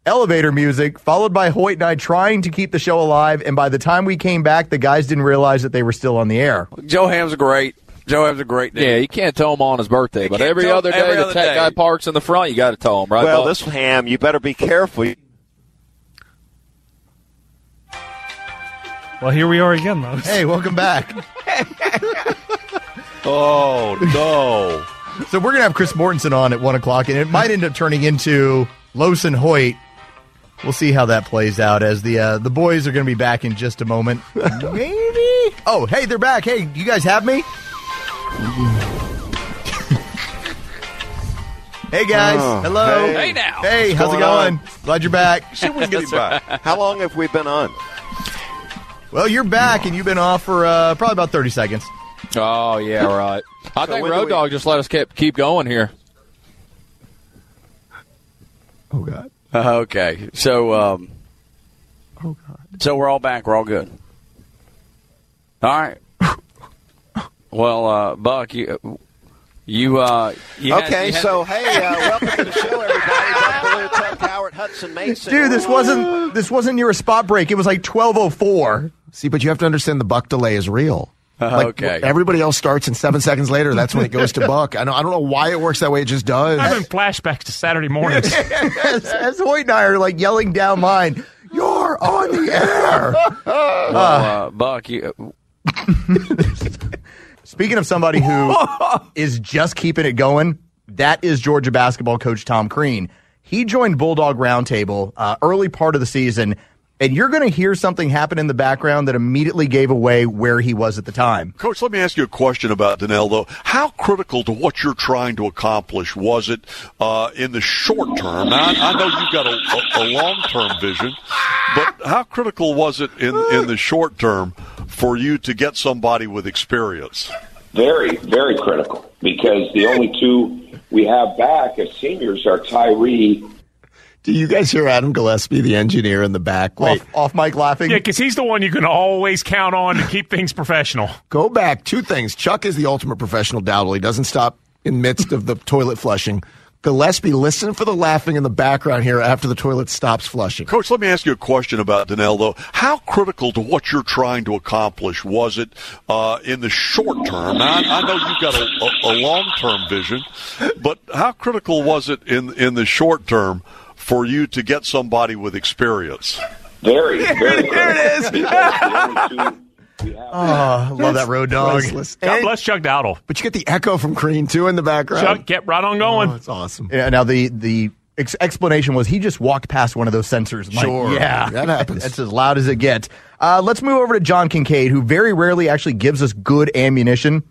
elevator music, followed by Hoyt and I trying to keep the show alive. And by the time we came back, the guys didn't realize that they were still on the air.
Oh.
Joe Ham's great. Joe Ham's a great dude.
Yeah, you can't tow him on his birthday, but
can't
every
tow-
other day
every
the
other
tech
day.
guy parks in the front, you got to tow him, right?
Well,
Buck?
this ham, you better be careful. You-
Well, here we are again, though.
Hey, welcome back.
Oh no!
so we're gonna have Chris Mortensen on at one o'clock, and it might end up turning into Los and Hoyt. We'll see how that plays out as the uh, the boys are gonna be back in just a moment. Maybe. Oh, hey, they're back. Hey, you guys have me. hey guys,
Oh,
hello.
hey. Hey now.
Hey,
What's
how's it
going
going?
on?
Glad you're back.
See if we can get you back. How long have we been on?
Well, you're back, and you've been off for uh, probably about thirty seconds.
Oh yeah, right. I
So
think
when do
Road
we-
Dog just let us keep keep going here.
Oh,
Uh, okay, so um,
Oh,
so we're all back. We're all good. All right. Well, uh, Buck, you you uh, you had-
Okay,
you had-
so, hey, uh,
welcome to the show, everybody.
Buck Blue, Tug Howard, Hudson Mason.
Dude, this wasn't this wasn't near a spot break. It was like twelve oh four.
See, but you have to understand the buck delay is real.
Uh,
like,
okay.
Everybody else starts, and seven seconds later, that's when it goes to buck. I don't, I don't know why it works that way. It just does.
I'm in flashbacks to Saturday mornings.
as, as Hoyt and I are like yelling down line, you're on the air.
Well, uh, Buck, you
Speaking of somebody who is just keeping it going, that is Georgia basketball coach Tom Crean. He joined Bulldog Roundtable uh, early part of the season, and you're going to hear something happen in the background that immediately gave away where he was at the time.
Coach, let me ask you a question about Danelle, though. How critical to what you're trying to accomplish was it uh, in the short term? Now, I, I know you've got a, a, long term vision, but how critical was it in, in the short term for you to get somebody with experience?
Very, very critical because the only two we have back as seniors are Tyree.
Do you guys hear Adam Gillespie, the engineer in the back? Wait,
off mic laughing.
yeah, because he's the one you can always count on to keep things professional.
Go back. Two things. Chuck is the ultimate professional doubler. He doesn't stop in midst of the toilet flushing. Gillespie, listen for the laughing in the background here after the toilet stops flushing.
Coach, let me ask you a question about Danelle, though. How critical to what you're trying to accomplish was it uh, in the short term? Now, I, I know you've got a, a, a long term vision, but how critical was it in, in the short term for you to get somebody with experience?
Very, very
There it is.
Oh, I
love that
road
dog. God bless Chuck Dowdle.
But you get the echo from Green too in the background.
Chuck, get right on going.
Oh, That's awesome.
Yeah, now the the ex- explanation was he just walked past one of those sensors. I'm like,
Sure.
yeah,
That happens.
That's as loud as it gets. Uh, let's move over to John Kincaid, who very rarely actually gives us good ammunition.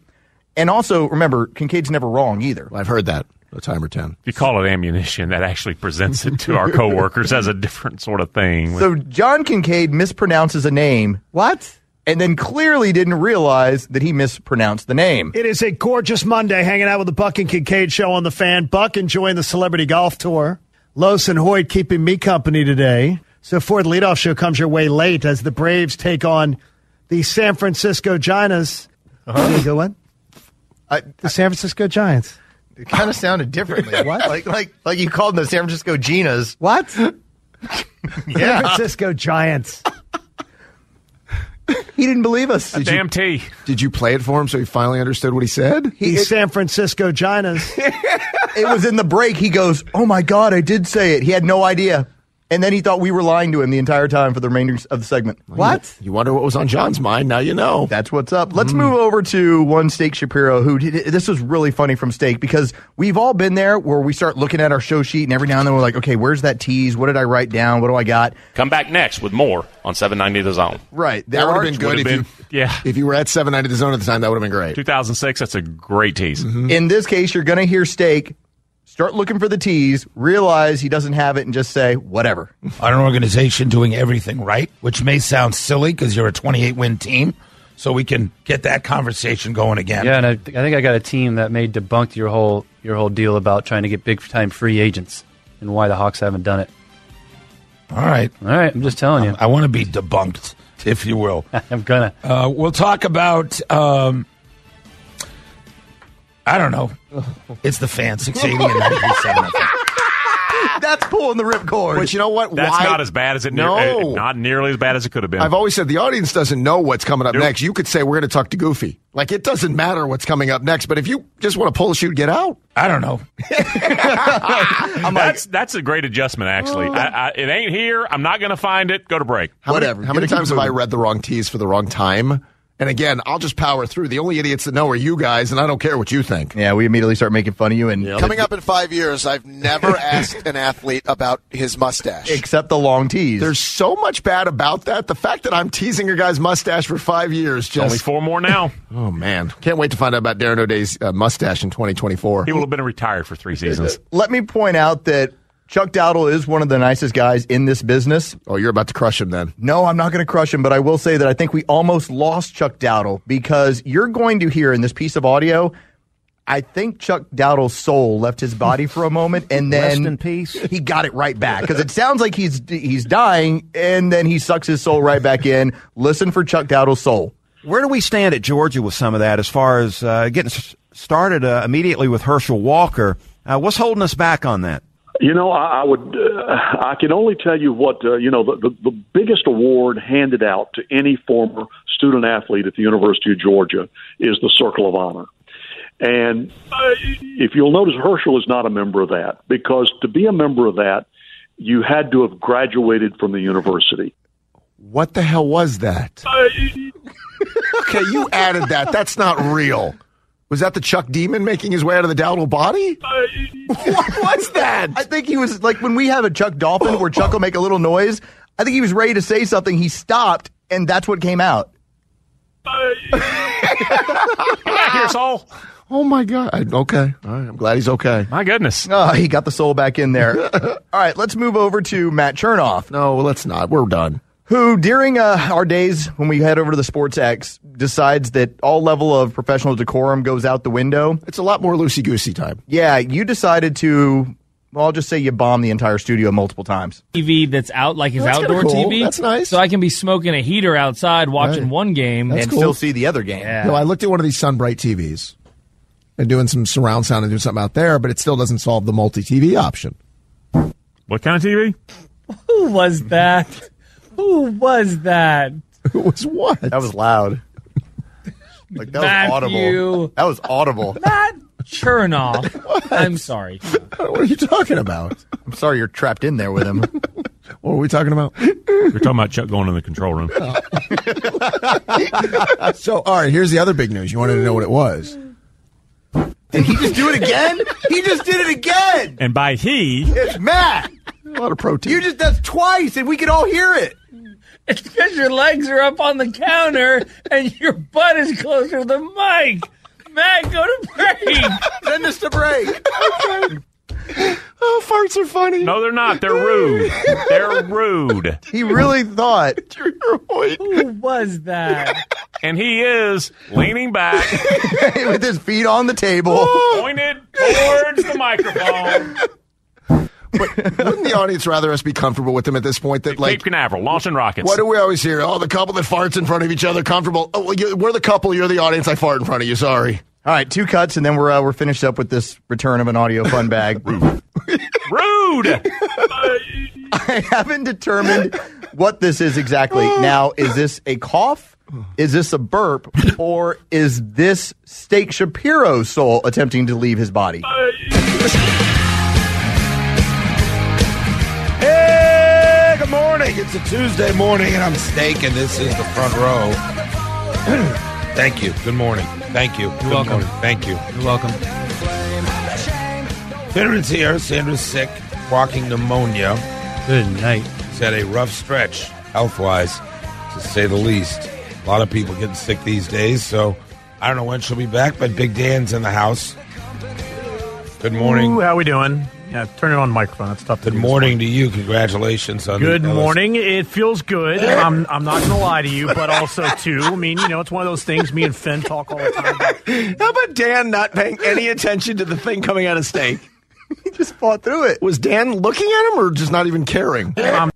And also, remember, Kincaid's never wrong either.
I've heard that a time or ten.
If you call it ammunition, that actually presents it to our coworkers as a different sort of thing.
So John Kincaid mispronounces a name. What? And then clearly didn't realize that he mispronounced the name.
It is a gorgeous Monday hanging out with the Buck and Kincaid show on the fan. Buck enjoying the celebrity golf tour. Los and Hoyt keeping me company today. So Ford leadoff show comes your way late as the Braves take on the San Francisco Giants. Did I go in? the San Francisco Giants.
It kind of sounded differently. what? Like like like you called them the San Francisco Ginas.
What?
Yeah.
San Francisco Giants.
he didn't believe us.
Did damn
you,
Did you play it for him so he finally understood what he said?
The San Francisco Giants.
it was in the break. He goes, "Oh my god, I did say it." He had no idea. And then he thought we were lying to him the entire time for the remainder of the segment. What? You wonder what was on John's mind. Now you know. Mm. That's what's up. Let's move over to one Steak Shapiro, who did it. This was really funny from Steak because we've all been there where we start looking at our show sheet and every now and then we're like, okay, where's that tease? What did I write down? What do I got?
Come back next with more on 790 The Zone.
Right.
That would have been good
Would've
if
been-
you yeah. if you were at 790 the zone at the time. That would have been great. Mm-hmm.
2006, that's a great tease.
In this case, you're going to hear Steak start looking for the tease, realize he doesn't have it, and just say, whatever.
on an organization doing everything right, which may sound silly because you're a 28 win team. So we can get that conversation going again.
Yeah, and I, I think I got a team that may debunk your whole your whole deal about trying to get big time free agents and why the Hawks haven't done it.
All right.
All right. I'm just telling you.
I want to be debunked, if you will.
I'm gonna.
Uh, we'll talk about. Um, I don't know. It's the fan succeeding in 97.
That's pulling the ripcord.
But you know what?
That's
Why-
not as bad as it
No.
uh, not nearly as bad as it could have been.
I've always said the audience doesn't know what's coming up next. You could say we're going to talk to Goofy. Like it doesn't matter what's coming up next. But if you just want to pull a shoot, get out.
I don't know.
that's that's a great adjustment,
Oh.
actually. I, I, it ain't here. I'm not going to find it. Go to break.
How Many, how many times have I read the wrong tease for the wrong time? And again, I'll just power through. The only idiots that know are you guys, and I don't care what you think.
Yeah, we immediately start making fun of you. And
Coming up in five years, I've never asked an athlete about his mustache.
Except the long tease.
There's so much bad about that. The fact that I'm teasing your guy's mustache for five years just
Only four more now.
oh man, can't wait to find out about Darren O'Day's uh, mustache in 2024.
He will have been retired for three seasons.
Let me point out that Chuck Dowdle is one of the nicest guys in this business.
Oh, you're about to crush him then.
No, I'm not going to crush him, but I will say that I think we almost lost Chuck Dowdle because you're going to hear in this piece of audio. I think Chuck Dowdle's soul left his body for a moment, and then
Rest in
peace. He got it right back because it sounds like he's he's dying, and then he sucks his soul right back in. Listen for Chuck Dowdle's soul.
Where do we stand at Georgia with some of that as far as uh, getting s- started uh, immediately with Herschel Walker? Uh, what's holding us back on that?
You know, I, I would. Uh, I can only tell you what uh, you know. The, the, the biggest award handed out to any former student athlete at the University of Georgia is the Circle of Honor. And uh, if you'll notice, Herschel is not a member of that because to be a member of that, you had to have graduated from the university.
What the hell was that? okay, you added that. That's not real. Was that the Chuck Demon making his way out of the Dowdle body? what was that?
I think he was like when we have a Chuck Dolphin where Chuck will make a little noise. I think he was ready to say something. He stopped, and that's what came out.
Here's all.
Oh my God. I- okay. All right. I'm glad he's okay.
My goodness.
Oh, he got the soul back in there. All right, let's move over to Matt Chernoff.
No, let's not. We're done.
Who, during uh, our days when we head over to the Sports X, decides that all level of professional decorum goes out the window.
It's a lot more loosey goosey time.
Yeah, you decided to, well, I'll just say you bombed the entire studio multiple times.
TV that's out, like his
That's kinda
outdoor
cool.
TV.
That's
nice. So I can be smoking a heater outside, watching
Right.
one game,
That's
and
cool.
still
see the other game.
Yeah.
No, I looked at one of these Sunbright TVs. They're doing some surround sound and doing something out there, but it still doesn't solve the multi TV option.
What kind of TV?
Who was that? Who was that?
Who was what? That
was loud. Like that was audible.
Matthew.
That was audible.
Matt Chernoff. I'm sorry.
What are you talking about?
I'm sorry you're trapped in there with him.
what were we talking about?
We're talking about Chuck going in the control room.
Oh. so, all right, here's the other big news. You wanted to know what it was.
Did he just do it again? he just did it again.
And by he,
It's Matt.
A lot of protein.
You just that's twice, and we could all hear it.
It's because your legs are up on the counter and your butt is closer to the mic. Matt, go to break.
Send us to break.
Oh, farts are funny.
No, they're not. They're rude. They're rude.
He really thought.
Who was that?
And he is leaning back, Oh.
with his feet on the table.
pointed towards the microphone.
Wouldn't the audience rather us be comfortable with them at this point? That
Cape
like,
Canaveral launching rockets.
what do we always hear? Oh, the couple that farts in front of each other, comfortable. Oh, well, you, we're the couple. You're the audience. I fart in front of you. Sorry.
All right, two cuts, and then we're uh, we're finished up with this return of an audio fun bag.
Rude.
I haven't determined what this is exactly. Now, is this a cough? Is this a burp? Or is this Steak Shapiro's soul attempting to leave his body?
It's a Tuesday morning and I'm staking. This is the front row. Thank you. Good morning. Thank you. You're Good
welcome.
Morning. Thank you.
You're welcome.
Finneran's here. Sandra's sick, walking pneumonia. Good night. He's had a rough stretch, health wise, to say the least. A lot of people getting sick these days, so I don't know when she'll be back, but Big Dan's in the house. Good morning.
Ooh, how we doing? Yeah, turn it on microphone. It's tough. To
Good morning to you. Congratulations on
Good
the LS
morning. It feels good. I'm, I'm not going to lie to you, but also, too, I mean, you know, it's one of those things me and Finn talk all the time.
How about Dan not paying any attention to the thing coming out of steak? he just fought through it. Was Dan looking at him or just not even caring? Um,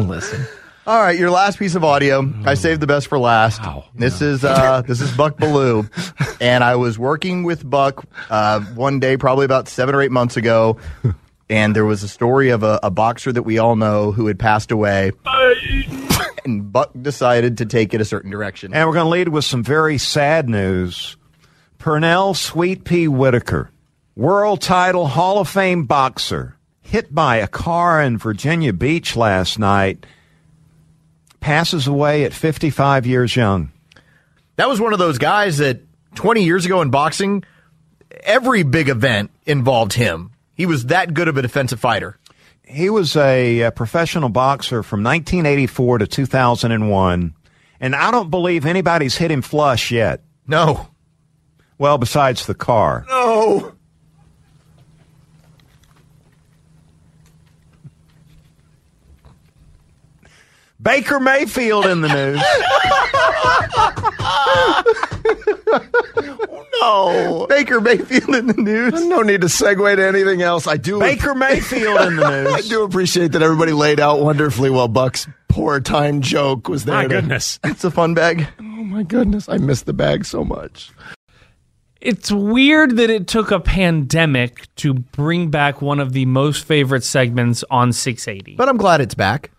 listen. All right, your last piece of audio. I saved the best for last. This is uh, this is Buck Baloo, and I was working with Buck uh, one day, probably about seven or eight months ago, and there was a story of a, a boxer that we all know who had passed away, and Buck decided to take it a certain direction.
And we're going to lead with some very sad news. Pernell Sweet Pea Whitaker, world title Hall of Fame boxer, hit by a car in Virginia Beach last night, passes away at 55 years young.
That was one of those guys that 20 years ago in boxing, every big event involved him. He was that good of a defensive fighter.
He was a, uh professional boxer from 1984 to 2001, and I don't believe anybody's hit him flush yet.
No.
Well, besides the car.
No.
Baker Mayfield in the news.
no.
Baker Mayfield in the news.
No
need to segue to anything else. I do.
Baker Mayfield in the news.
I do appreciate that everybody laid out wonderfully while Buck's poor time joke was there.
My
to-
goodness.
It's a fun bag.
Oh, my goodness. I missed the bag so much.
It's weird that it took a pandemic to bring back one of the most favorite segments on 680.
But I'm glad it's back.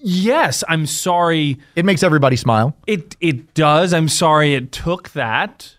Yes, I'm sorry.
It makes everybody smile.
It it does. I'm sorry it took that.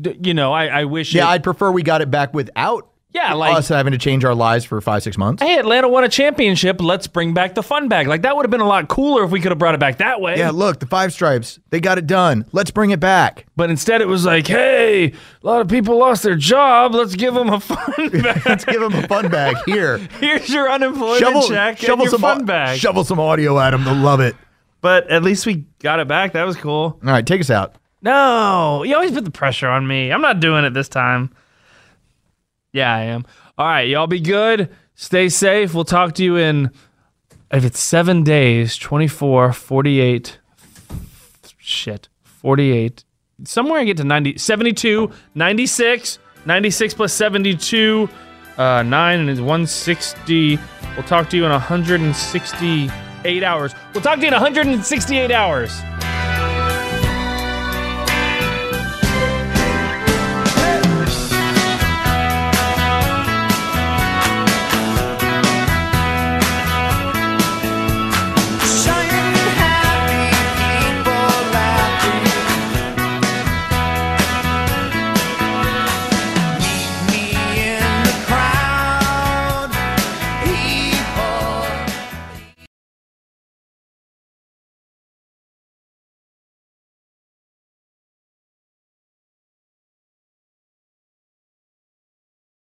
D- you know, I, I wish.
Yeah,
it,
I'd prefer we got it back without
Yeah, like-
us having to change our lives for five, six months.
hey, Atlanta won a championship. Let's bring back the fun bag. Like that would have been a lot cooler if we could have brought it back that way.
Yeah, look, the five stripes, they got it done. Let's bring it back.
But instead, it was like, hey, a lot of people lost their job. Let's give them a fun bag. Let's
give them a fun bag. Here.
Here's your unemployment check and your
some
fun
au-
bag.
Shovel some audio at them. They'll love it.
But at least we got it back. That was cool.
All right, take us out.
No, you always put the pressure on me. I'm not doing it this time. Yeah, I am. All right, y'all be good. Stay safe. We'll talk to you in, if it's seven days, 24, 48, shit, 48. Somewhere I get to 90, 72, 96, 96 plus 72, uh, 9 and it's 160. We'll talk to you in 168 hours. We'll talk to you in 168 hours.